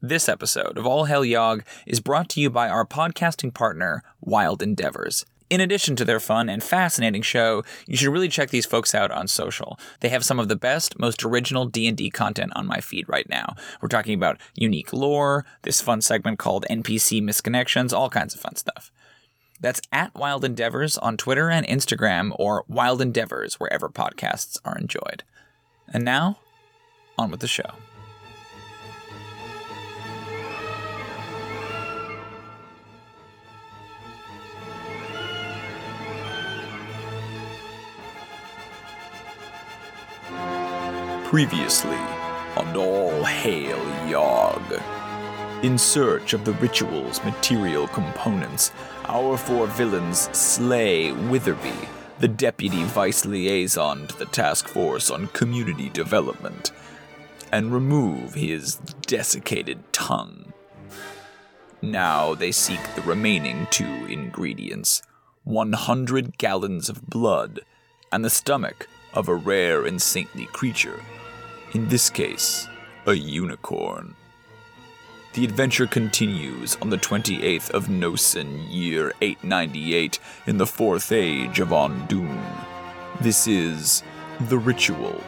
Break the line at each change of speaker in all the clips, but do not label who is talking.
This episode of All Hail Yogg is brought to you by our podcasting partner, Wild Endeavors. In addition to their fun and fascinating show, you should really check these folks out on social. They have some of the best, most original D&D content on my feed right now. We're talking about unique lore, this fun segment called NPC Misconnections, all kinds of fun stuff. That's at Wild Endeavors on Twitter and Instagram, or Wild Endeavors wherever podcasts are enjoyed. And now, on with the show. Previously, on All Hail Yogg. In search of the ritual's material components, our four villains slay Witherby, the deputy vice liaison to the Task Force on Community Development, and remove his desiccated tongue. Now they seek the remaining two ingredients 100 gallons of blood and the stomach of a rare and saintly creature, in this case, a unicorn. The adventure continues on the 28th of Nosen, year 898, in the fourth age of Ondoon. This is The Ritual,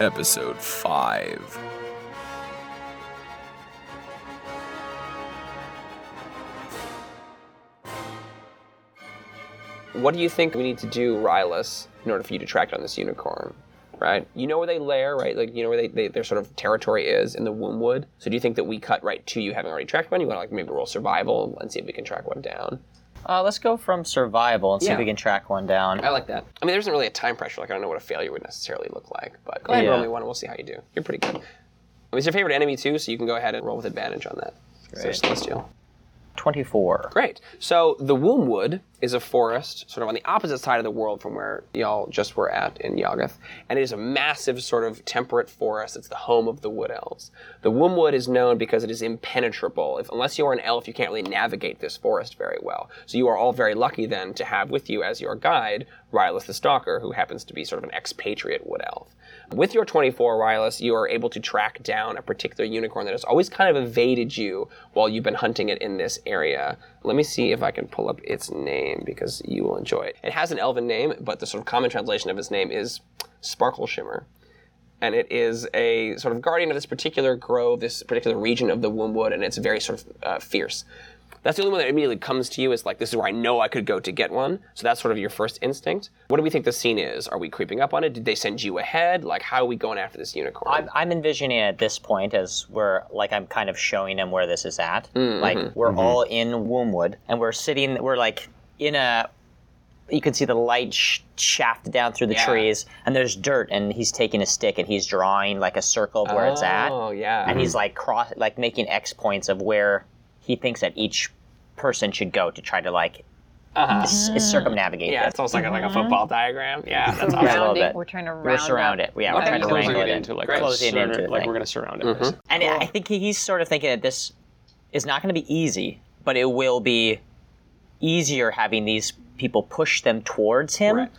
episode 5.
What do you think we need to do, Rylus, in order for you to track down this unicorn? Right? You know where they lair, right? Like you know where they, they their sort of territory is in the Wombwood. So do you think that we cut right to you having already tracked one? You want to like maybe roll survival and see if we can track one down.
Uh, let's go from survival and see if
Yeah.
we can track one down.
I like that. I mean, there isn't really a time pressure. Like I don't know what a failure would necessarily look like, but go ahead and roll
Yeah.
me one. and We'll see how you do. You're pretty good. I mean, it's your favorite enemy too, so you can go ahead and roll with advantage on that. So
Great.
celestial.
24.
Great. So the Wombwood is a forest sort of on the opposite side of the world from where y'all just were at in Yagath, and it is a massive sort of temperate forest. It's the home of the wood elves. The Wombwood is known because it is impenetrable. If, unless you are an elf, you can't really navigate this forest very well. So you are all very lucky then to have with you as your guide Rylus the Stalker, who happens to be sort of an expatriate wood elf. With your 24 Rylus, you are able to track down a particular unicorn that has always kind of evaded you while you've been hunting it in this area. Let me see if I can pull up its name because you will enjoy it. It has an elven name, but the sort of common translation of its name is Sparkle Shimmer. And it is a sort of guardian of this particular grove, this particular region of the Wombwood, and it's very sort of uh, fierce. That's the only one that immediately comes to you is like, this is where I know I could go to get one. So that's sort of your first instinct. What do we think the scene is? Are we creeping up on it? Did they send you ahead? Like, how are we going after this unicorn?
I'm, I'm envisioning at this point as we're like I'm kind of showing him where this is at.
Mm,
Like
mm-hmm,
we're all in Wombwood and we're sitting. We're like in a. You can see the light sh- shaft down through the
Yeah.
trees, and there's dirt, and he's taking a stick and he's drawing like a circle of where it's at,
Oh, yeah.
and he's like cross, like making X points of where he thinks that each person should go to try to like
Uh-huh.
s- circumnavigate.
Yeah,
this.
it's almost like a,
Mm-hmm.
like a football diagram. Yeah, that's
Yeah, a little
rounding.
bit.
We're trying to round
We're surrounded.
up.
Yeah,
I
we're
Okay,
trying to
cool.
closing
wrangle
it
it
into like,
Great.
we're
Closing
surrounded-
into the
like
thing.
we're gonna surround it.
Mhm.
And I think he- he's sort of thinking that this is not going to be easy, but it will be easier having these people push them towards him,
Right.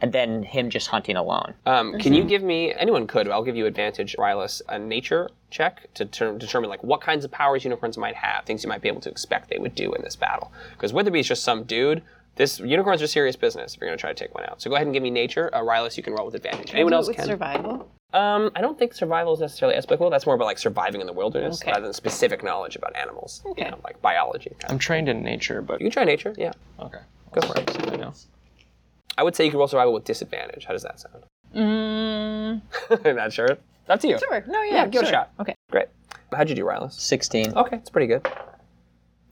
and then him just hunting alone.
Um, can you
Mm-hmm.
give me anyone could? I'll give you advantage, Rylus, a nature check to ter- determine like what kinds of powers unicorns might have, things you might be able to expect they would do in this battle. Because Witherby's just some dude. This unicorns are serious business. If you're gonna try to take one out, so go ahead and give me nature, uh, Rylus. You can roll with advantage. Anyone
Do it
else
with
can.
survival?
um, I don't think survival is necessarily applicable. That's more about like surviving in the wilderness
Okay.
rather than specific knowledge about animals.
Okay.
You know, like biology. kind
I'm
of.
trained in nature, but
You can try nature. Yeah.
okay.
Go for it.
I know.
I would say you can roll survival with disadvantage. How does that sound?
Mm,
Not sure. It's up to you.
sure. No, yeah.
Yeah, give it a
sure.
shot.
Okay.
Great. How'd you do, Rylus?
Sixteen.
Okay, it's pretty good.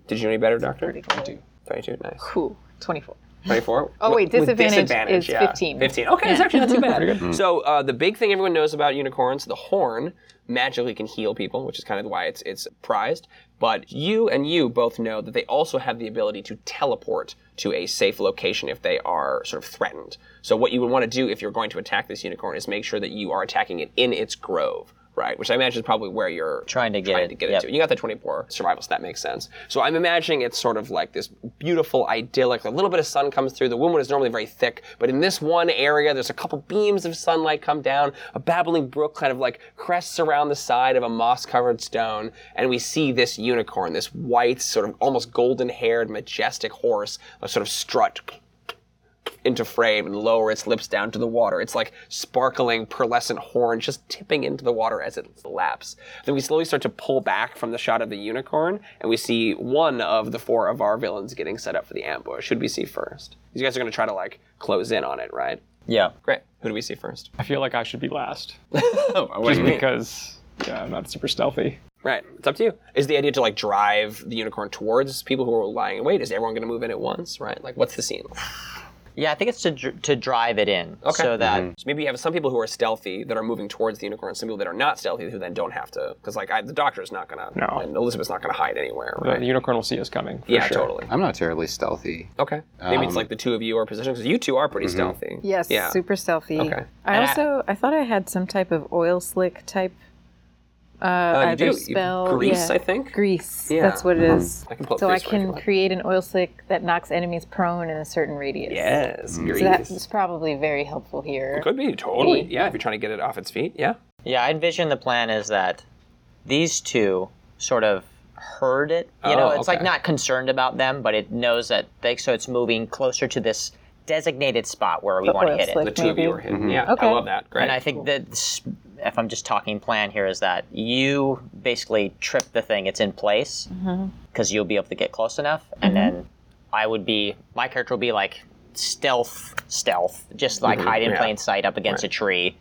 Did you know any better, Doctor?
Pretty good.
22, nice.
Cool. 24.
24?
Oh, wait,
With
disadvantage is 15.
15. Okay, it's actually not too bad. so, uh, the big thing everyone knows about unicorns, the horn magically can heal people, which is kind of why it's, it's prized. But you and you both know that they also have the ability to teleport to a safe location if they are sort of threatened. So, what you would want to do if you're going to attack this unicorn is make sure that you are attacking it in its grove right? Which I imagine is probably where you're
Trying to get
trying
it,
to get
yep.
into. You got the 24 survival, so that makes sense. So I'm imagining it's sort of like this beautiful, idyllic. A little bit of sun comes through. The woodland is normally very thick, but in this one area, there's a couple beams of sunlight come down. A babbling brook kind of like crests around the side of a moss-covered stone, and we see this unicorn, this white, sort of almost golden-haired, majestic horse, a sort of strut into frame and lower its lips down to the water. It's like sparkling pearlescent horns just tipping into the water as it laps. Then we slowly start to pull back from the shot of the unicorn, and we see one of the four of our villains getting set up for the ambush. Who do we see first? These guys are going to try to like close in on it, right?
Yeah.
Great. Who do we see first?
I feel like I should be last.
Oh, what do you mean?
Because yeah, I'm not super stealthy.
Right. It's up to you. Is the idea to like drive the unicorn towards people who are lying in wait? Is everyone going to move in at once? Right. Like, what's the scene?
Yeah, I think it's to dr- to drive it in so that
So maybe you have some people who are stealthy that are moving towards the unicorn, some people that are not stealthy who then don't have to, because like I, the doctor's not gonna,
No.
and Elizabeth's not gonna hide anywhere,
The-
right?
The unicorn will see us coming. for
yeah,
sure.
totally.
I'm not terribly stealthy.
Okay, maybe it's like the two of you are positioned because you two are pretty
Mm-hmm.
stealthy.
Yes,
Yeah.
super stealthy.
Okay.
I
And I-
also I thought I had some type of oil slick type uh,
Uh, you
either
do.
spell
you, grease,
yeah.
I think.
Grease.
Yeah. Mm-hmm.
That's what it is.
I can pull up
so I
grease for you if you
can
like.
create an oil slick that knocks enemies prone in a certain radius.
Yes,
Mm-hmm.
grease.
So that's probably very helpful here.
Could be totally. Yeah, if you're trying to get it off its feet. Yeah.
Yeah, I envision the plan is that these two sort of heard it. You
Oh,
know, it's like
okay.
not concerned about them, but it knows that they so it's moving closer to this designated spot where we
The
want to
oil
hit
slick.
it.
The two of you
Maybe.
are hidden.
Mm-hmm.
Yeah, I
Okay.
love that. Great.
And I think that s- if I'm just talking plan here is that you basically trip the thing; it's in place because you'll be able to get close enough, and then I would be my character will be like stealth, stealth, just like hide in
yeah.
plain sight up against a tree,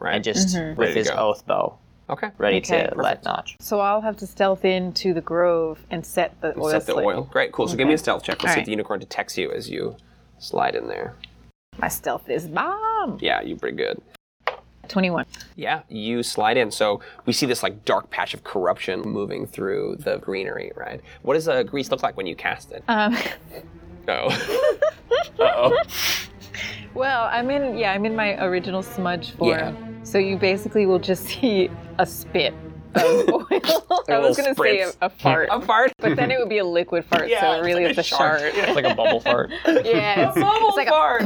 right.
and just
Ready
with
to
his
go.
oath bow
okay.
ready
Okay,
to let notch.
So I'll have to stealth into the grove and set the oil
Set the
slick.
oil. Great. Cool. So give me a stealth check. Let's see if
Alright.
the unicorn detects you as you slide in there.
My stealth is bomb.
Yeah, you're pretty good.
Twenty-one.
Yeah, you slide in. So we see this like dark patch of corruption moving through the greenery, right? What does uh, grease look like when you cast it?
Um,
Oh. Uh-oh.
well, I'm in. Yeah, I'm in my original smudge form.
Yeah.
So you basically will just see a spit of oil. I was
little
gonna say a,
spritz.
a fart,
A fart.
but then it would be a liquid fart.
Yeah,
so
it's
it really
like
is
a
a
shark.
shard.
It's like a bubble fart.
Yeah, it's, it's like a
fart.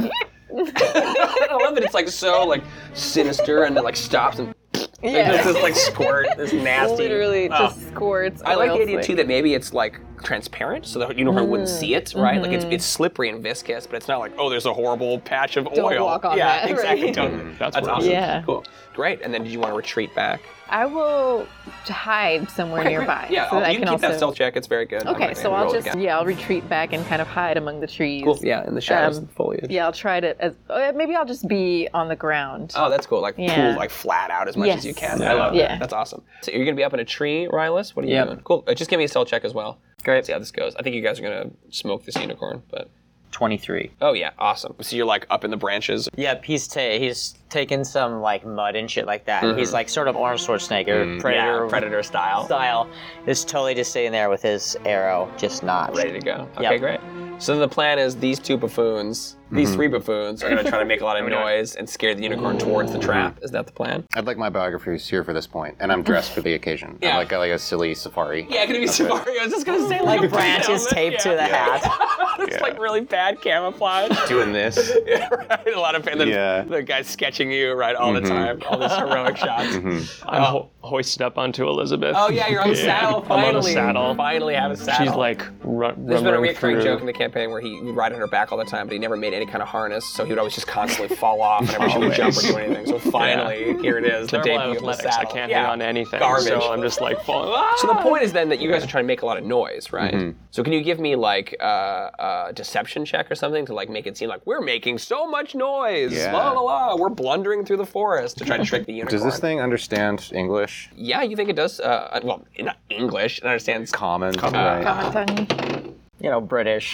I love that it's like so like sinister and it like stops and
Yeah.
it's just like squirt, this nasty.
Literally
Oh.
just squirts.
I like
oil
the idea
slick. Mm.
too that maybe it's like transparent, so the unicorn wouldn't see it, right? Like
Mm-hmm.
it's, it's slippery and viscous, but it's not like oh, there's a horrible patch of
Don't
oil.
walk on
yeah,
that,
exactly.
right?
Don't. That's,
That's what it
awesome.
is. Yeah.
Cool. Great. And then did you want to retreat back?
I will hide somewhere
Okay, great.
nearby.
Yeah,
so that I
you
can
keep
also.
that stealth check. It's very good. I'm
Okay,
gonna
so I'll
roll it
just
again.
yeah, I'll retreat back and kind of hide among the trees.
Cool. Yeah, in the shadows
Um,
and foliage.
Yeah, I'll try to. As, uh, maybe I'll just be on the ground.
Oh, that's cool. Like
Yeah.
pull like flat out as much as
Yes.
you can. I love
Yeah.
that. That's awesome. So you're gonna be up in a tree, Rylus. What are you
Yep.
doing? Cool. Uh, just give me a stealth check as well. Great. See how this goes. I think you guys are gonna smoke this unicorn, but
Twenty-three.
oh yeah, awesome. So you're like up in the branches.
Yep, he's ta- he's taken some like mud and shit like that. He's like sort of Arnold Schwarzenegger, predator,
Mm-hmm. Mm, predator style.
style. Is totally just sitting there with his arrow just notched.
ready to go. Okay,
Yep.
great. So the plan is these two buffoons, these three buffoons, are going to try to make a lot of noise and scare the unicorn towards the trap. Is that the plan?
I'd like my biography is here for this point, and I'm dressed for the occasion.
Yeah.
I like I like a silly safari.
Yeah, gonna be Safari. I was just gonna say
Like branches taped to the hat.
It's like really bad camouflage.
Doing this.
Yeah, right. A lot of and the,
Yeah.
the guy's sketching you right all the
Mm-hmm.
time, all these heroic shots.
I'm ho- hoisted up onto Elizabeth.
Oh yeah, you're on the saddle.
I'm
Finally,
on a saddle.
finally have a saddle.
She's like run-
There's been a
rumbling
recurring
through.
joke in the campaign where he would ride on her back all the time, but he never made any kind of harness, so he would always just constantly fall off whenever she would jump or do anything. So finally, here it is, the
Terrible
debut of the
athletics. I
saddle.
can't
Yeah.
hang on to anything.
Garbage.
So I'm just like falling. Ah!
So the
Oh.
point is then that you guys are trying to make a lot of noise, right?
Mm-hmm.
So can you give me like uh, a, a deception check or something to like make it seem like we're making so much noise,
Yeah.
la la la, we're blundering through the forest to try to trick the unicorn.
Does this thing understand English?
Yeah, you think it does? Uh, well, not English. It understands.
Common. right?
Uh,
Come on, Tony.
You know, British.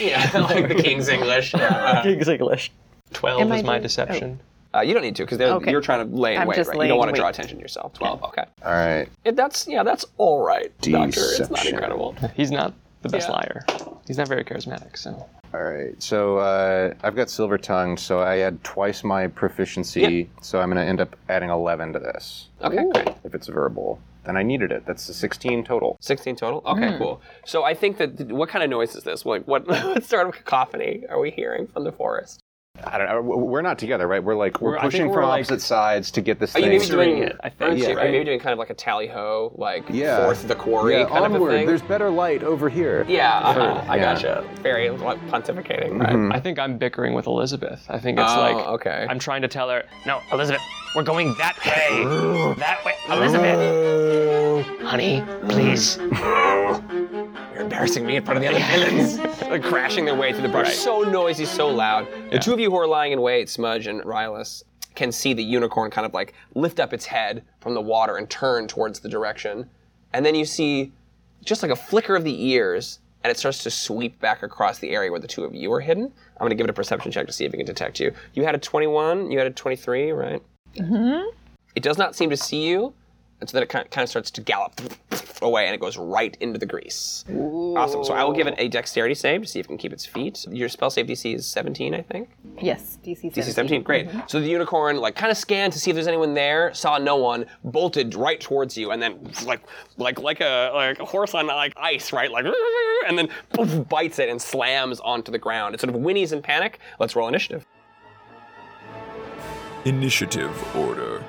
Yeah, like the king's English. Yeah.
King's English.
Twelve
Am I
is my
doing- oh.
deception.
Uh, you don't need to because
Okay.
you're trying to lay in
I'm
wait,
just
right? You don't
laying
want to draw
wait.
attention to yourself. Twelve. Okay.
All right.
It, that's yeah. That's all right, Doctor. It's not
Deception.
incredible.
He's not the best
Yeah.
liar. He's not very charismatic. So
All right. So uh, I've got silver tongued, so I add twice my proficiency. So I'm going to end up adding 11 to this
Okay, great.
if it's verbal. Then I needed it. That's a 16 total.
16 total? Okay, cool. So I think that, what kind of noise is this? Like, what, what sort of cacophony are we hearing from the forest?
I don't know. w- We're not together, right? We're like we're,
We're- I think
pushing
we're,
from
like-
opposite sides to get this
Are you
thing.
maybe doing
it, I think,
aren't you-
yeah,
Are you maybe doing kind of like a tally ho, like
Yeah.
forth the quarry
yeah,
kind
onward.
of a thing?
There's better light over here.
yeah, uh-huh,
Heard,
I
yeah.
gotcha. Very like, pontificating.
I, I think I'm bickering with Elizabeth. I
Mm-hmm.
think it's
Oh,
like
okay.
I'm trying to tell her, no, Elizabeth, we're going that way, that way, Elizabeth.
Oh.
Honey, please.
Mm.
You're embarrassing me in front of the other villains. They're crashing their way through the brush. So noisy, so loud. The two of you who are lying in wait, Smudge and Rylus, can see the unicorn kind of like lift up its head from the water and turn towards the direction. And then you see just like a flicker of the ears, and it starts to sweep back across the area where the two of you are hidden. I'm going to give it a perception check to see if it can detect you. You had a 21, you had a 23, right? It does not seem to see you, and so then it kind kind of starts to gallop away, and it goes right into the grease. Awesome. So I will give it a dexterity save to see if it can keep its feet. Your spell save DC is 17, I think.
Yes, DC 17.
DC 17, great.
Mm-hmm.
So the unicorn like kind of scanned to see if there's anyone there, saw no one, bolted right towards you, and then like like like a like a horse on like ice, right? Like and then poof, bites it and slams onto the ground. It sort of whinnies in panic. Let's roll initiative.
Initiative order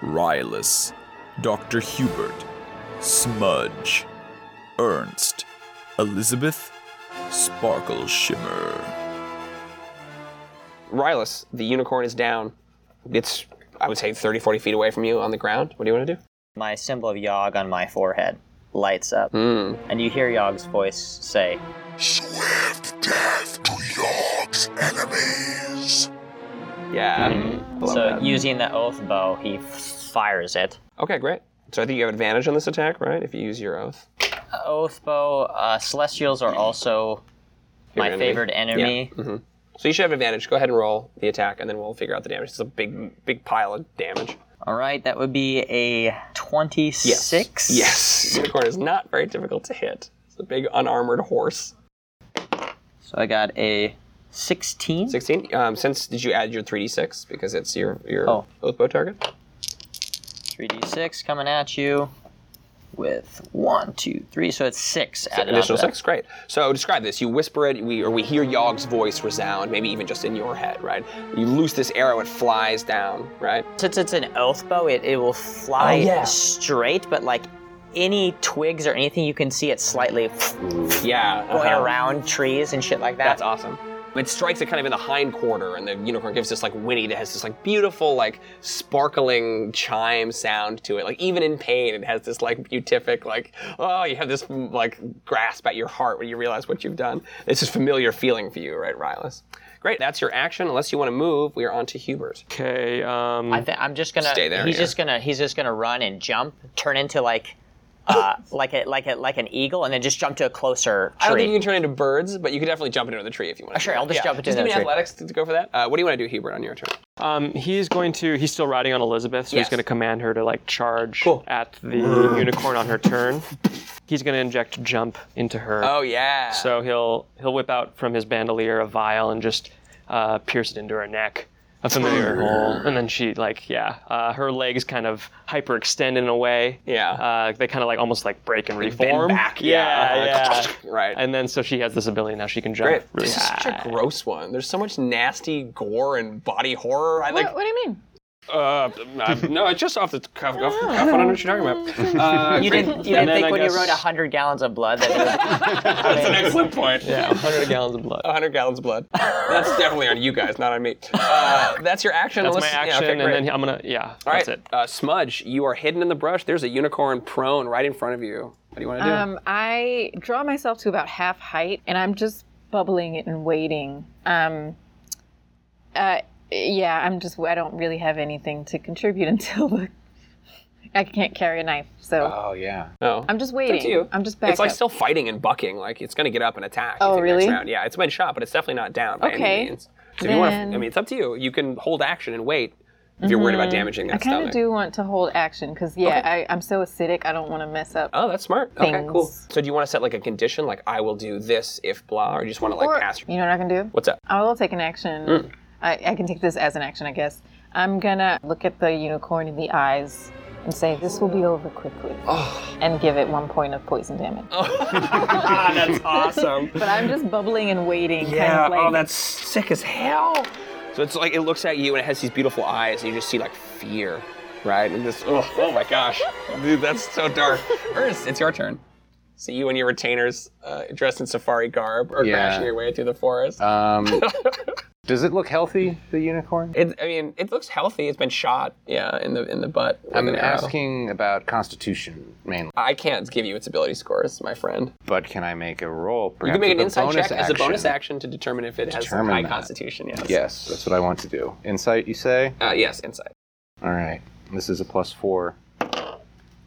Rylus, Dr. Hubert, Smudge, Ernst, Elizabeth, Sparkle Shimmer.
Rylus, the unicorn is down. It's, I would say, 30, 40 feet away from you on the ground. What do you want to do?
My symbol of Yogg on my forehead lights up,
Hmm.
and you hear Yogg's voice say,
Swift death to York's enemies.
Yeah. I love
So
that.
using the oath bow, he f- fires it.
Okay, great. So I think you have advantage on this attack, right? If you use your oath.
Oath bow, uh, Celestials are also my
enemy.
favorite enemy.
Mm-hmm. So you should have advantage. Go ahead and roll the attack, and then we'll figure out the damage. It's a big, big pile of damage.
All right, that would be a 26.
Yes. Unicorn is not very difficult to hit. It's a big unarmored horse.
So I got a 16.
16. Um, since did you add your 3d6 because it's your your
Oh.
oath bow target?
3d6 coming at you with one, two, three. So it's six. added
Additional
onto that.
six, great. So describe this. You whisper it, we, or we hear Yogg's voice resound, maybe even just in your head, right? You loose this arrow, it flies down, right?
Since it's an oath bow, it, it will fly
Oh, yeah.
straight, but like any twigs or anything you can see, it's slightly
Yeah.
going
uh-huh.
around trees and shit like that.
That's awesome. It strikes it kind of in the hind quarter, and the unicorn gives this like whinny that has this like beautiful, like sparkling chime sound to it. Like even in pain, it has this like beatific, like oh, you have this like grasp at your heart when you realize what you've done. It's just familiar feeling for you, right, Rylus? Great, that's your action. Unless you want to move, we are on to Hubert.
Okay. Um,
I th- I'm just gonna.
Stay there,
he's
yeah.
just gonna. He's just gonna run and jump, turn into like, uh, like a like a like an eagle, and then just jump to a closer
I don't
tree.
think you can turn into birds, but you can definitely jump into another tree if you want. to.
Sure, I'll just jump into
just give me
another tree.
athletics to, to go for that. Uh, what do you want to do, Hubert, on your turn?
um, he's going to. He's still riding on Elizabeth, so
Yes.
he's going to command her to like charge
Cool.
at the unicorn on her turn. He's going to inject jump into her.
Oh yeah.
So he'll he'll whip out from his bandolier a vial and just uh, pierce it into her neck, a familiar hole, and then she like yeah, uh, her legs kind of hyperextend in a way.
Yeah.
uh, they kind of like almost like break and
bend
reform.
back. Yeah.
yeah.
yeah. right.
And then so she has this ability now she can jump.
Great.
really
This is
high.
such a gross one. There's so much nasty gore and body horror. I like.
What, what do you mean?
Uh, uh, no, it's just off the cuff. Off the cuff. I don't know what you're talking about. Uh,
You
great.
didn't, you didn't
then
think
I
when you
guess-
wrote 100 gallons of blood that it was
That's an excellent point. Yeah.
100 gallons of blood.
100 gallons of blood. That's definitely on you guys, not on me. Uh, that's your action.
That's my
Let's- yeah, okay,
action,
great.
and then he- I'm gonna yeah.
All right,
that's it.
Uh, Smudge, you are hidden in the brush. There's a unicorn prone right in front of you. What do you want to do?
Um, I draw myself to about half height, and I'm just bubbling and waiting. Um, uh, yeah, I'm just. I don't really have anything to contribute until the. I can't carry a knife, so
Oh yeah.
oh.
I'm just waiting.
It's you.
I'm just back
It's like
up.
still fighting and bucking. Like it's gonna get up and attack.
Oh,
if it next
really?
round. Yeah, it's been shot, but it's definitely not down by any
Okay.
means. So if you want to, I
Then-
mean, it's up to you. You can hold action and wait if you're worried about damaging that
Mm-hmm. I kind
stomach.
of do want to hold action because yeah, I, I'm so acidic. I don't want to mess up.
Oh, that's smart. Okay,
Things.
cool. So do you want to set like a condition, like I will do this if blah, or you just want to like
Or-
pass? Your...
you know what I can do?
What's up?
I will take an action.
Mm.
I, I can take this as an action, I guess. I'm gonna look at the unicorn in the eyes and say, "This will be over quickly,"
Oh.
and give it one point of poison damage.
ah, that's awesome.
But I'm just bubbling and waiting,
Yeah.
kind of like.
oh, that's sick as hell. So it's like it looks at you and it has these beautiful eyes, and you just see like fear, right? And just oh, oh my gosh, dude, that's so dark. Ernst, it's your turn. So you and your retainers, uh, dressed in safari garb, are
Yeah.
crashing your way through the forest.
Um, does it look healthy, the unicorn?
it, I mean, it looks healthy. It's been shot, yeah, in the in the butt. with
I'm
an arrow.
asking about constitution mainly,
I can't give you its ability scores, my friend.
but can I make a roll?
You can make an
Perhaps
inside
with
check
bonus
as a bonus action to determine if it has a
Determine
high
that.
constitution. Yes.
Yes, that's what I want to do. Insight, you say?
Uh, yes, insight.
All right. This is a plus four.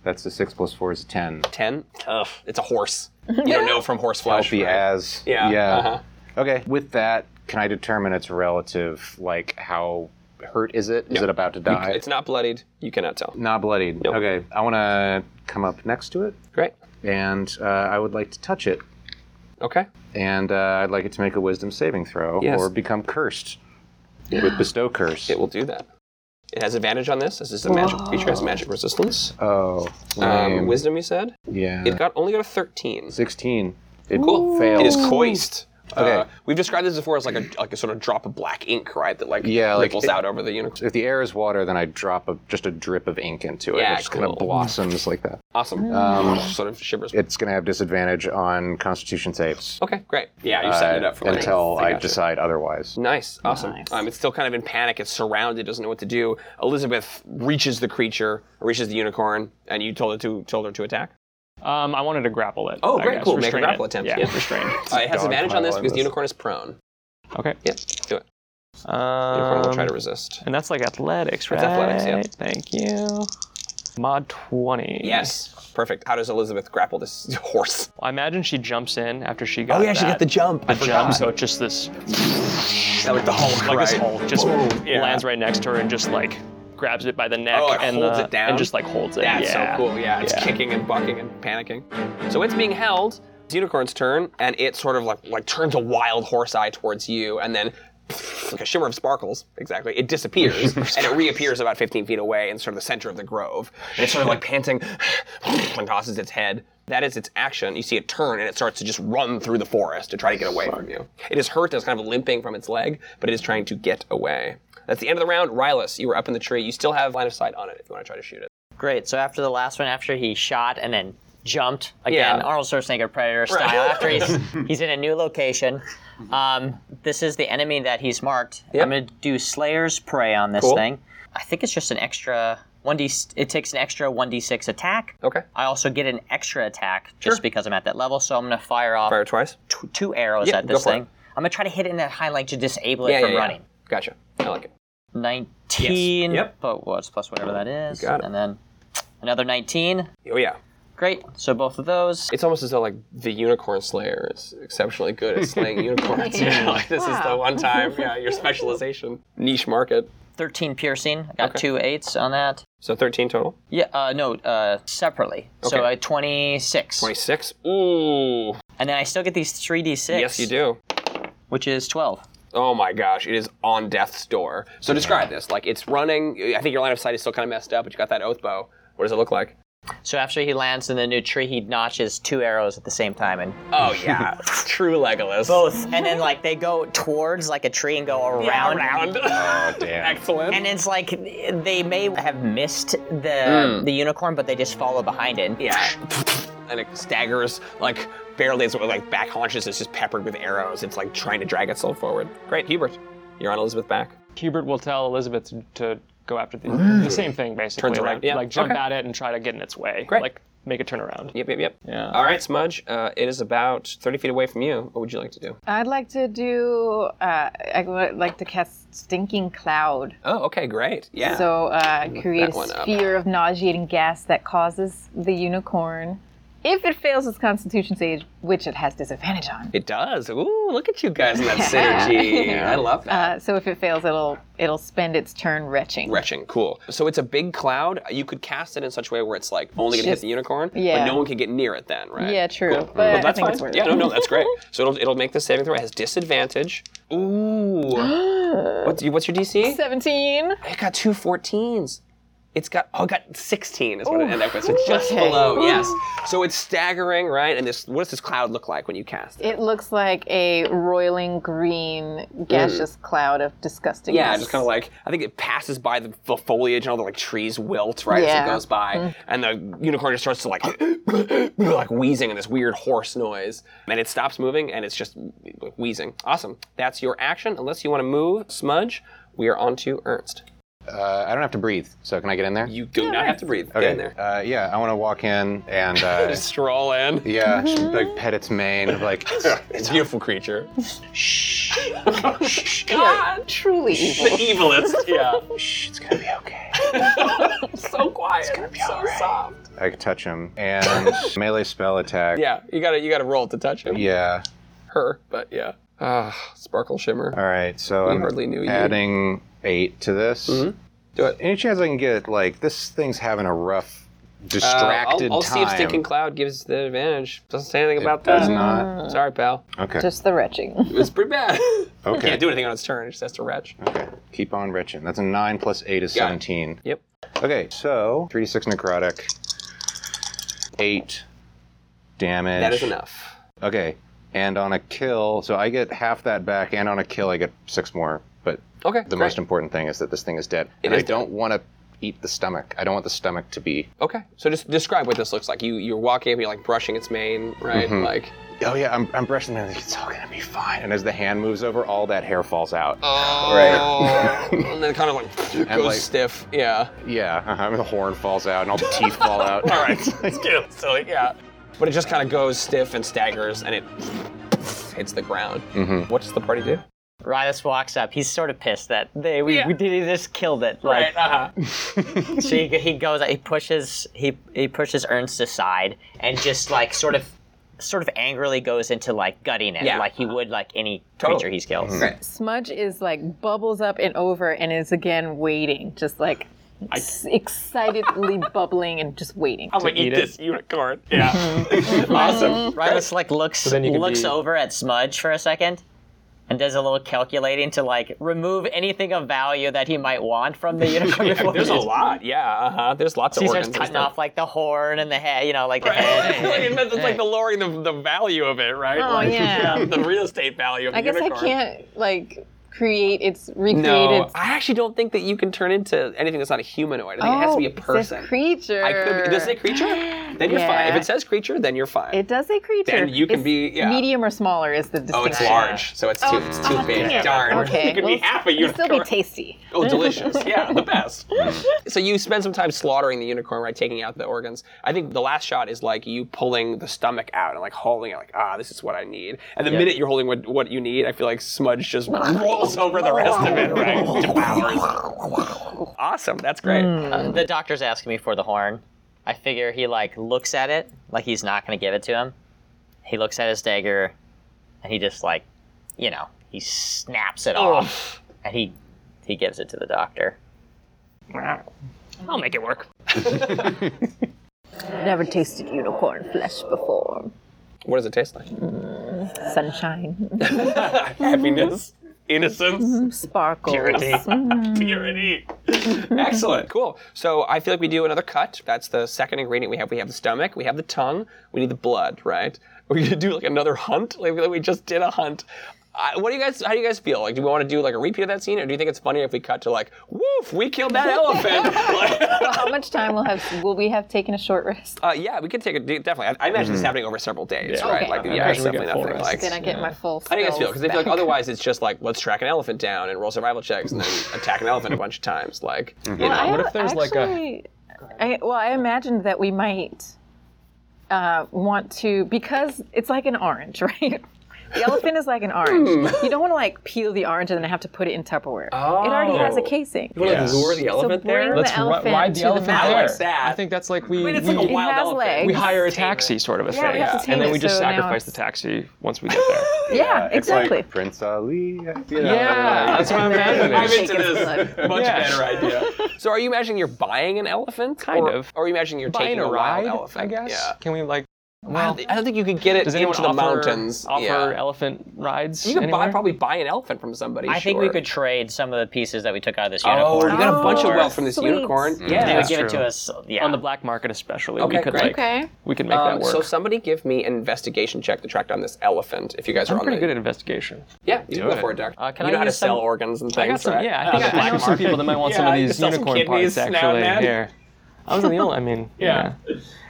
That's a six plus four is a ten.
Ten. Ugh, it's a horse. You don't know from horse flesh.
Healthy
right?
as.
Yeah,
Yeah.
uh-huh.
Okay. With that, can I determine its relative? Like, how hurt is it? Is it about to die?
It's not bloodied. You cannot tell.
not bloodied.
Nope.
Okay. I want to come up next to it,
Great.
and uh, I would like to touch it,
Okay.
and uh, I'd like it to make a Wisdom saving throw
Yes.
or become cursed with bestow curse.
It will do that. It has advantage on this. This is a magic creature has magic resistance.
oh.
Um,
lame.
wisdom, you said.
yeah.
It got only got a thirteen.
Sixteen. It
Cool.
fails.
It is coist.
Okay.
Uh, we've described this before as like a like a sort of drop of black ink, right? That like
Yeah, like
ripples
it-
out over the unicorn.
if the air is water, then I drop a, just a drip of ink into it.
Yeah,
it just kind
cool.
of blossoms like that.
Awesome.
Um,
sort of shivers.
It's going to have disadvantage on Constitution saves
okay, great. Yeah, you set it
uh,
up for later.
until I
gotcha.
decide otherwise.
Nice, awesome. Um, it's still kind of in panic. It's surrounded, doesn't know what to do. Elizabeth reaches the creature, reaches the unicorn, and you told it to told her to attack.
Um, I wanted to grapple it.
Oh,
I
great,
guess.
cool. Make a
Restrain
grapple
it.
attempt.
Yeah,
Yeah.
restrain.
Uh, it has
dog
advantage on this
pile
because the
on this.
unicorn is prone.
Okay.
Yep, do it. The unicorn will try to
Um, resist.
resist.
and that's like athletics, right?
That's athletics, yeah.
Thank you. Mod 20.
Yes, perfect. How does Elizabeth grapple this horse?
I imagine she jumps in after Oh, she
Oh,
got that-
jump.
the jump, so it's just this,
like the Hulk,
like this
right?
hole, just
Boom. Yeah.
lands right next to her and just like grabs it by the neck
Oh, like,
and
holds
the-
it down?
and just like holds it.
That's
yeah.
so cool. Yeah, it's kicking and bucking and panicking. So it's being held. It's unicorn's turn, and it sort of like like turns a wild horse eye towards you, and then like a shimmer of sparkles, exactly, it disappears, and it reappears about 15 feet away in sort of the center of the grove. And it's sort of like panting and tosses its head. That is its action. You see it turn, and it starts to just run through the forest to try to get away from you. It is hurt and it's kind of limping from its leg, but it is trying to get away. That's the end of the round. Rylus, you were up in the tree. You still have line of sight on it if you want to try to shoot it.
Great. So after the last one, after he shot and then jumped again,
Yeah.
Arnold Schwarzenegger Predator style. After he's he's in a new location, um, this is the enemy that he's marked.
Yep.
I'm gonna do Slayer's Prey on this
Cool.
thing. I think it's just an extra one d. It takes an extra one d six attack.
Okay.
I also get an extra attack just
Sure.
because I'm at that level. So I'm gonna fire off
Fire twice.
tw- two arrows
Yeah,
at
go
this
for it.
thing. I'm gonna try to hit it in that highlight to disable it from running.
Gotcha. I like it.
19.
Yes. Yep.
But what's plus whatever that is.
Got it.
And then another 19.
Oh yeah.
Great. So both of those.
It's almost as though like the unicorn slayer is exceptionally good at slaying unicorns. you know, like, this is the one time, yeah, your specialization. Niche market.
13 piercing. I got two eights on that.
So 13 total.
Yeah, uh, no, uh, separately. So
Okay.
uh, 26.
26. Ooh.
And then I still get these 3d6.
Yes, you do.
Which is 12.
Oh my gosh, it is on death's door. So describe this. Like it's running. I think your line of sight is still kind of messed up, but you got that oath bow. What does it look like?
So after he lands in the new tree, he notches two arrows at the same time and
Oh yeah, true Legolas.
both. And then like they go towards like a tree and go around.
round, round.
Oh, Damn.
Excellent.
And it's like they may have missed the the unicorn, but they just follow behind it.
Hmm. Yeah. And it staggers, like barely, it's like back haunches. It's just peppered with arrows. It's like trying to drag itself forward. Great, Hubert. You're on Elizabeth back.
Hubert will tell Elizabeth to, to go after the, the same thing, basically.
Turns around,
Like,
yeah.
like jump
Okay.
at it and try to get in its way.
Great.
Like make it turn around.
Yep, yep, yep.
Yeah.
All right, Smudge. Uh, it is about 30 feet away from you. What would you like to do?
I'd like to do. Uh, I would like to cast stinking cloud.
Oh, okay, great. Yeah.
So uh, create
that one
a
up.
sphere of nauseating gas that causes the unicorn If it fails its Constitution save, which it has disadvantage on,
It does. Ooh, look at you guys in that synergy. I love that.
uh, so if it fails, it'll it'll spend its turn retching.
Retching, cool. So it's a big cloud. You could cast it in such a way where it's like only gonna hit
Just-
the unicorn, but
yeah.
no one can get near it then, right?
Yeah, true.
Cool.
But
Well,
I
that's
think
fine.
it's worth it.
yeah, no, no, that's great. So it'll it'll make the saving throw. It has disadvantage. Ooh. what's, your- what's your DC?
Seventeen.
It got two 14s. It's got oh, it got 16 is what it ended up with. So just
Okay.
below, yes. So it's staggering, right? And this, what does this cloud look like when you cast it?
It looks like a roiling green gaseous cloud of disgusting.
Mm. Yeah, just kind of like I think it passes by the, the foliage and all the like trees wilt right as
Yeah.
it goes by, and the unicorn just starts to like like wheezing in this weird hoarse noise, and it stops moving and it's just like, wheezing. Awesome. That's your action. Unless you want to move, Smudge, we are on to Ernst.
Uh, I don't have to breathe, so can I get in there?
You do not have to breathe. Get in there.
Uh, yeah, I want to walk in and uh,
Just stroll in.
yeah,
Mm-hmm.
like pet its mane, like
It's a beautiful creature.
God, Ah, truly
The
evil.
evilest. Yeah.
it's gonna be okay.
so quiet. so soft.
I could touch him and melee spell attack.
Yeah, you gotta you gotta roll to touch him.
Yeah.
Her, but yeah. Ah, sparkle shimmer.
All right, so
We
I'm
hardly knew you. Mm-hmm.
adding eight to this.
Do it.
Any chance I can get like this thing's having a rough,
Uh,
distracted
I'll, I'll
time?
see if Stinking Cloud gives the advantage. Doesn't say anything about that.
does not.
Sorry, pal.
Okay.
Just the retching.
It's pretty bad.
okay.
Can't do anything on its turn. It just has to retch.
Okay. Keep on retching. That's a nine plus eight is
Got it.
seventeen.
Yep.
Okay, so three d six necrotic, eight damage.
That is enough.
Okay, and on a kill, so I get half that back, and on a kill I get six more. But
Okay.
the
great.
most important thing is that this thing is dead, and
is
I don't want to eat the stomach. I don't want the stomach to be.
Okay. So just describe what this looks like. You you're walking up. You're like brushing its mane, right? Like.
Oh yeah, I'm, I'm brushing it. It's all gonna be fine. And as the hand moves over, all that hair falls out.
Oh. and then kind of like goes
like-
stiff. Yeah.
Yeah, uh-huh, and the horn falls out, and all the teeth fall out.
All right. It's cute. So like yeah. But it just kind of goes stiff and staggers, and it hits the ground. Mm-hmm. What does the party do?
Rylus walks up. He's sort of pissed that they we,
Yeah.
we did he just killed it. Like
Uh-huh.
so he, he goes he pushes he he pushes Ernst aside and just like sort of sort of angrily goes into like gutting it
Yeah.
like he would like any
Totally.
creature he's killed.
Smudge is like bubbles up and over, and is again waiting, just like s- excitedly bubbling and just waiting.
I'm like,
eat
eat
it.
this unicorn. Yeah. Mm-hmm. awesome.
Rylus Mm-hmm. like looks
then you can
looks
be-
over at Smudge for a second and does a little calculating to like remove anything of value that he might want from the unicorn. before
There's a
he-
lot. Yeah. Uh huh. There's lots
He
of organs.
starts
and
cutting
stuff.
off like the horn and the head, you know, like the head.
Right. Like, it's like the lowering the, the value of it, right?
Oh,
like,
yeah.
The real estate value of
I
the
guess I
unicorn.
can't like create its recreated.
No, I actually don't think that you can turn into anything that's not a humanoid. I think it has to be a person.
Oh, It's a creature.
I could, does it say creature? Then you're fine. If
Yeah.
it says creature, then you're fine.
It does say creature.
Then you can
It's
be- yeah.
medium or smaller is the
oh, it's
distinction. Oh,
large, so it's too it's too big. Darn.
Okay.
It could
well,
be half a
it'll
unicorn.
Still be tasty.
Oh, delicious. Yeah, the best. so you spend some time slaughtering the unicorn, right? Taking out the organs. I think the last shot is like you pulling the stomach out and like holding it, like, ah, this is what I need. And the minute you're holding what, what you need, I feel like Smudge just rolls over the rest of it, right? Devours. it. awesome. That's great.
Uh, The doctor's asking me for the horn. I figure he like looks at it like he's not gonna give it to him. He looks at his dagger, and he just like, you know, he snaps it off, and he he gives it to the doctor.
I'll make it work.
Never tasted unicorn flesh before.
What does it taste like?
Sunshine, Mm-hmm.
Happiness, innocence.
sparkles.
Purity. Excellent. Cool. So I feel like we do another cut. That's the second ingredient we have. We have the stomach, we have the tongue, we need the blood, right? We're gonna do like another hunt. Like like we just did a hunt. I, what do you guys? How do you guys feel? Like, do we want to do like a repeat of that scene, or do you think it's funny if we cut to like, woof, we killed that elephant? Like-
How much time will have will we have taken a short rest?
uh, yeah, we can take it definitely. I, I imagine this happening over several days,
Yeah.
right?
Okay.
Like,
I
yeah, it's
imagine we get
definitely
full
nothing
rest.
like.
Then I get my full.
How do you guys feel?
spells
Because they feel like
back.
otherwise it's just like let's track an elephant down and roll survival checks and then attack an elephant a bunch of times. Like, you know,
I
What if
don't-
there's, like, a-
actually, I, well, I imagined that we might uh, want to because it's like an orange, right? The elephant is like an orange. You don't want to like peel the orange and then have to put it in Tupperware. It already has a
Oh.
casing.
You want
Yes.
to lure the elephant
bring
there?
the-
Let's-
Let's ri-
elephant
ride
to
the
the
elephant
mountain.
there.
Like
that.
I think that's like we
it's
we,
like a
It
wild
has
elephant.
legs.
we hire a
Tame it.
taxi sort of a
Yeah, we
thing,
have to tame
and then
it,
we just
so now
sacrifice the
it's-
taxi once we get there.
Yeah,
uh, it's like
exactly.
Prince Ali. You know,
yeah, that's what
I'm
I'm imagining.
into
Take his
this.
blood.
Much
Yeah.
better idea. So, are you imagining you're buying an elephant?
Kind
or,
of.
Or are you imagining you're
Buying
taking
a ride,
wild elephant?
I guess.
Yeah.
Can we like?
I
Well,
don't- I don't think you could get it
does anyone
into the
offer,
mountains.
offer
yeah.
elephant rides?
You could buy,
anywhere?
probably buy an elephant from somebody.
I think we
sure.
could trade some of the pieces that we took out of this
Oh,
unicorn.
you got a bunch of
Oh,
wealth from this
sweet.
unicorn.
They
Yeah.
would give it
true.
to us. Yeah.
on the black market, especially.
Okay,
we could
great.
like
Okay.
we could make
Um,
that work.
so somebody give me an investigation check to track down this elephant. If you guys are
I'm
on
pretty
the-
good at investigation.
yeah, you can
Do
go
it.
for it, Doctor.
Uh, can
you
I
know how to
use some-
sell organs and things,
I got some.
right?
Yeah, I think
Uh,
I, I know some people that might want some
Yeah,
of
you
these
can sell some
unicorn
kidneys
parts
now and
actually.
then.
Here, I was the only. I mean,
Yeah.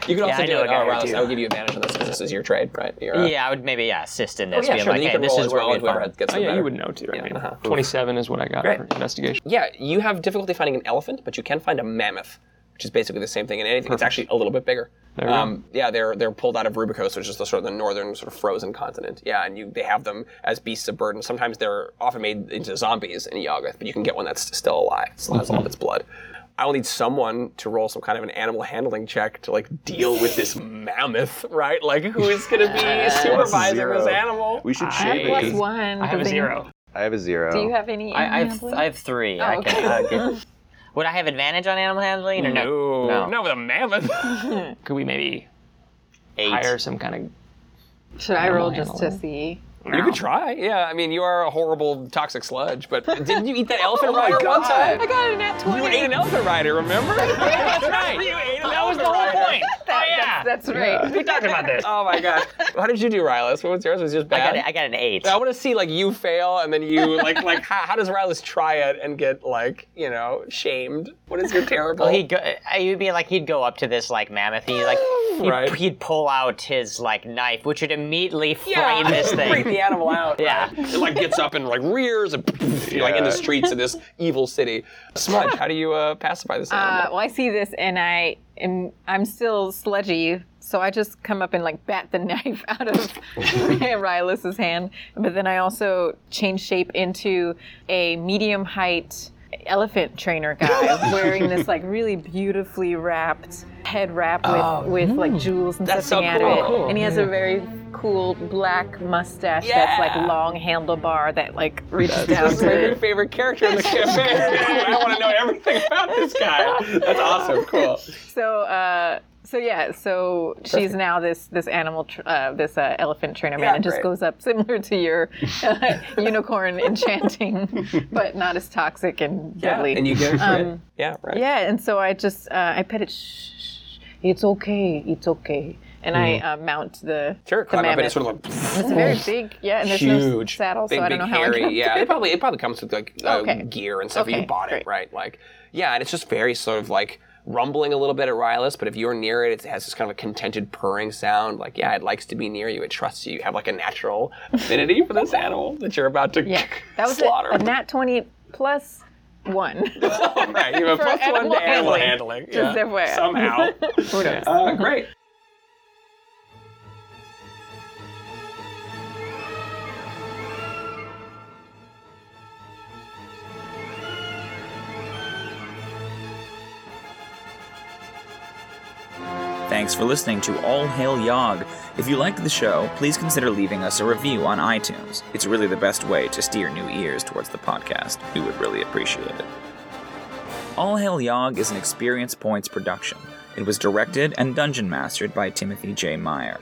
You could also
I
do
know
it.
a guy
Oh,
who
Rouse,
do
I would
that.
give you advantage on this because this is your trade, right? You're, uh,
yeah, I would maybe yeah assist in
Oh,
this,
yeah,
being
sure.
like,
then you
hey,
can
this
roll
is
as
where
well
we
as whoever
find.
gets
Oh
the
yeah,
better.
you would know too. I mean,
uh-huh.
27 is what I got
Great.
for investigation.
Yeah, you have difficulty finding an elephant, but you can find a mammoth, which is basically the same thing in anything. It's actually a little bit bigger. Um,
There we
yeah, they're they're pulled out of Rubicos, which is the sort of the northern sort of frozen continent. Yeah, and you they have them as beasts of burden. Sometimes they're often made into zombies in Yagath, but you can get one that's still alive, still has all of its
Mm-hmm.
blood. I will need someone to roll some kind of an animal handling check to like deal with this mammoth, right? Like who is going to be supervising this
Zero.
animal?
We should
I
shave
have
it.
plus
'cause
one.
I have a
does any-
zero.
I have a zero.
Do you have any?
I, I,
animal
have,
handling?
I have three.
Oh,
I can,
okay.
I get- would I have advantage on animal handling or no?
No.
with a mammoth.
Could we maybe
Eight.
hire some kind of?
Should I roll just to see?
You could try. Yeah, I mean, you are a horrible toxic sludge, but didn't you eat that elephant rider one time?
Oh, I got it at twenty.
You ate an elephant rider, remember? That's right. You ate an that was the whole point.
That- That's, that's right.
We talked about this.
Oh my god. How did you do, Rylus? What was yours? Was yours
I
bad?
got, I got an eight.
I want to see like you fail and then you like like how, how does Rylus try it and get like you know shamed? What is your terrible?
Well, he'd go. uh, He'd be like, he'd go up to this like mammoth. He like, he'd,
Right.
he'd pull out his like knife, which would immediately
yeah,
flame this
freak
thing.
the animal out.
Yeah.
It like gets up and like rears and you're like in the streets of this evil city. Smudge, how do you uh, pacify this animal?
Uh, well, I see this, and I am I'm still sludgy, so I just come up and like bat the knife out of Rylus's hand. But then I also change shape into a medium height elephant trainer guy, wearing this like really beautifully wrapped head wrap with, with like jewels and
Oh, mm. That's
stuff
so
out
cool.
of it,
Cool.
and he has a very cool black mustache that's like
Yeah.
long handlebar that like reaches down
This is my
to
new favorite character in the campaign. I want to know everything about this guy. That's awesome. Cool.
So, uh, so yeah, so she's now this this animal, tr- uh, this uh, elephant trainer man,
Yeah,
and just
great.
goes up similar to your uh, unicorn enchanting, but not as toxic and deadly.
And you get it. yeah, right.
yeah, and so I just uh, I pet it. Shh, shh, shh, it's okay, it's okay. And I uh, mount the
Mm-hmm. Sure.
the
Climb up and
mammoth.
it's sort of like
It's very big, yeah, and there's
huge.
no saddle,
big,
so I
big,
don't know how
hairy.
I.
yeah, it probably it probably comes with like uh,
Okay.
gear and stuff.
Okay,
You bought it,
great.
right? Like, yeah, and it's just very sort of like rumbling a little bit at Rylus, but if you're near it, it has this kind of a contented purring sound. Like, yeah, it likes to be near you. It trusts you. You have like a natural affinity for this animal that you're about to
Yeah, that was a,
slaughter.
a nat twenty plus one.
right, you have a
For
plus one to
animal
animal handling.
Just
yeah.
FYI.
Somehow. Uh, great.
Thanks for listening to All Hail Yog. If you liked the show, please consider leaving us a review on iTunes. It's really the best way to steer new ears towards the podcast. We would really appreciate it. All Hail Yog is an Experience Points production. It was directed and dungeon mastered by Timothy J. Meyer.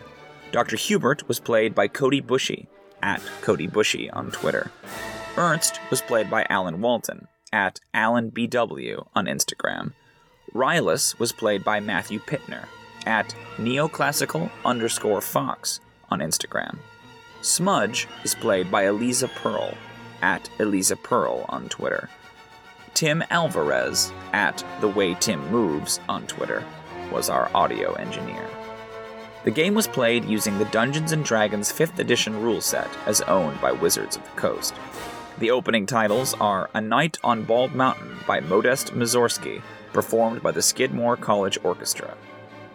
Dr. Hubert was played by Cody Bushy, at Cody Bushy on Twitter. Ernst was played by Alan Walton, at AlanBW on Instagram. Rylus was played by Matthew Pittner at neoclassical underscore fox on Instagram. Smudge is played by Eliza Pearl at Eliza Pearl on Twitter. Tim Alvarez at The Way Tim Moves on Twitter was our audio engineer. The game was played using the Dungeons and Dragons 5th edition rule set as owned by Wizards of the Coast. The opening titles are A Night on Bald Mountain by Modest Mazorsky, performed by the Skidmore College Orchestra.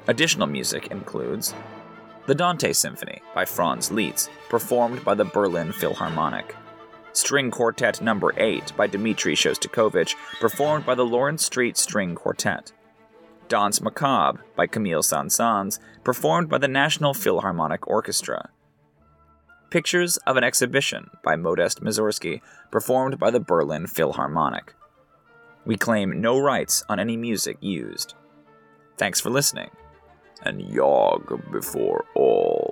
Additional music includes The Dante Symphony by Franz Liszt, performed by the Berlin Philharmonic. String Quartet Number 8 by Dmitri Shostakovich, performed by the Lawrence Street String Quartet. Dance Macabre by Camille Saint-Saëns, performed by the National Philharmonic Orchestra. Pictures of an Exhibition by Modest Mussorgsky, performed by the Berlin Philharmonic. We claim no rights on any music used. Thanks for listening, and Yog before all.